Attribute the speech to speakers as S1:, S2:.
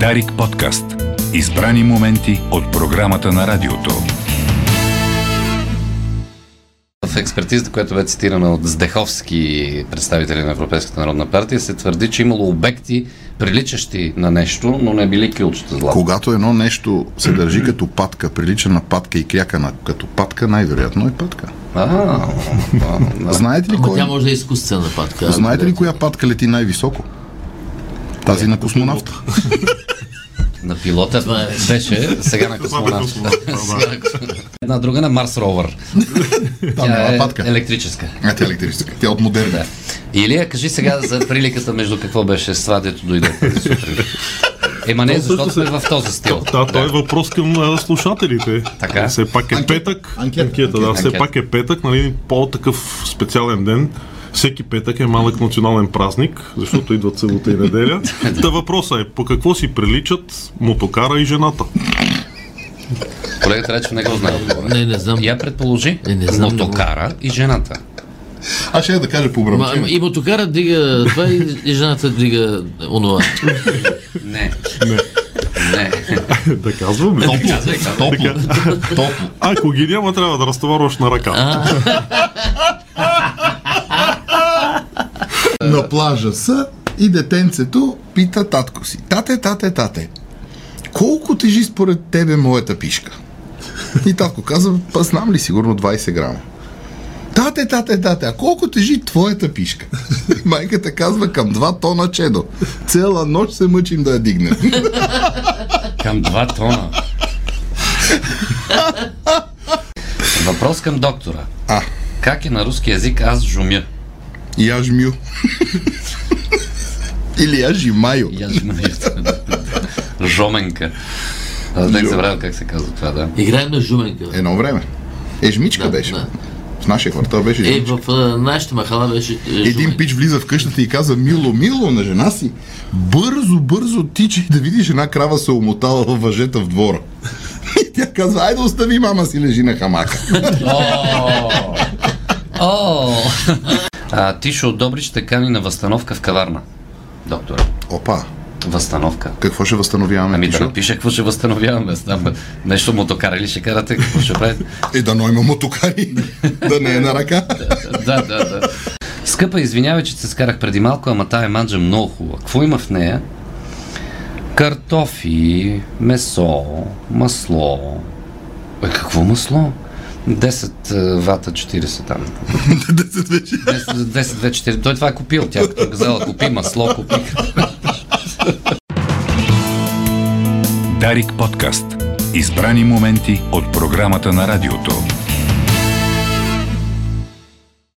S1: Дарик подкаст. Избрани моменти от програмата на радиото.
S2: В експертизата, която бе цитирана от Здеховски, представители на Европейската народна партия, се твърди, че имало обекти, приличащи на нещо, но не били кюлчета злато.
S3: Когато едно нещо се държи като патка, прилича на патка и кряка на, като патка, най-вероятно е патка.
S2: А, а, да.
S3: Знаете ли,
S4: Ама
S3: кой,
S4: тя може да е изкуствена патка.
S3: знаете ли коя патка лети най-високо? Тази на космонавта.
S2: на
S4: е
S2: пилота беше, сега на космонавт. Сега на космонавт. Една друга на Марс Ровър. е
S3: Там няма патка.
S2: електрическа.
S3: А, тя е електрическа. Тя е от модерна.
S2: Да. Илия, кажи сега за приликата между какво беше сватето дойде тази сутрин. Ема не,
S5: То
S2: защото
S5: също
S2: сме
S5: се-
S2: в този стил.
S5: Да, той е въпрос към а, слушателите.
S2: Така.
S5: Все пак е
S3: Анкет-
S5: петък.
S3: анкета,
S5: да.
S3: анкета.
S5: Все пак е петък, нали, по-такъв специален ден. Всеки петък е малък национален празник, защото идват събота и неделя. Та въпросът е, по какво си приличат мотокара и жената?
S2: Колегата Речев не го знае отговора.
S4: Не, не знам.
S2: Я предположи
S4: Е, не знам,
S2: мотокара и жената.
S3: Аз ще я да кажа по
S4: Ма, ама
S3: обръчение.
S4: и мотокара дига това и, и жената дига онова.
S2: Не. Не.
S5: да казвам ли?
S3: Топло. Топло.
S5: Ако ги няма, трябва да разтоварваш на ръка.
S3: На плажа са и детенцето пита татко си. Тате, тате, тате, колко тежи според тебе моята пишка? И татко казва, па знам ли, сигурно 20 грама. Тате, тате, тате, а колко тежи твоята пишка? Майката казва към 2 тона чедо. Цела нощ се мъчим да я дигнем.
S2: Към два тона. Въпрос към доктора.
S3: А,
S2: Как е на руски язик аз жумя?
S3: и аз жмю. Или аз жимаю.
S2: И аз жумя. Жоменка. Аз бях забравил как се казва това, да.
S4: Играем на жуменка.
S3: Едно време. Е, жмичка
S4: Да,
S3: беше.
S4: да.
S3: В нашия квартал беше
S4: Е,
S3: жмичка.
S4: в а, нашата махала беше е,
S3: Един
S4: жуменка.
S3: пич влиза в къщата и каза Мило, Мило на жена си. Бързо, бързо тичай да видиш една крава се омотала във въжета в двора. И тя казва, айде остави мама си лежи на хамака.
S2: О! А, Тишо от Добрич ще кани на възстановка в каварна. Доктора.
S3: Опа,
S2: Възстановка.
S3: какво ще възстановяваме?
S2: Ами да
S3: Мишо?
S2: напиша какво ще възстановяваме. аз Знам, нещо мотокара ли ще карате, какво ще правите?
S3: Е, да но има мотокари, да не е на ръка.
S2: да, да, да. Скъпа, извинявай, че се скарах преди малко, ама тая манджа е много хубава. Какво има в нея? Картофи, месо, масло. Е, какво масло? 10 е, вата 40 там.
S3: 10 вече.
S2: 10, 10 2, 40. Той това е купил. Тя като казала, купи масло, купи.
S1: Дарик подкаст. Избрани моменти от програмата на радиото.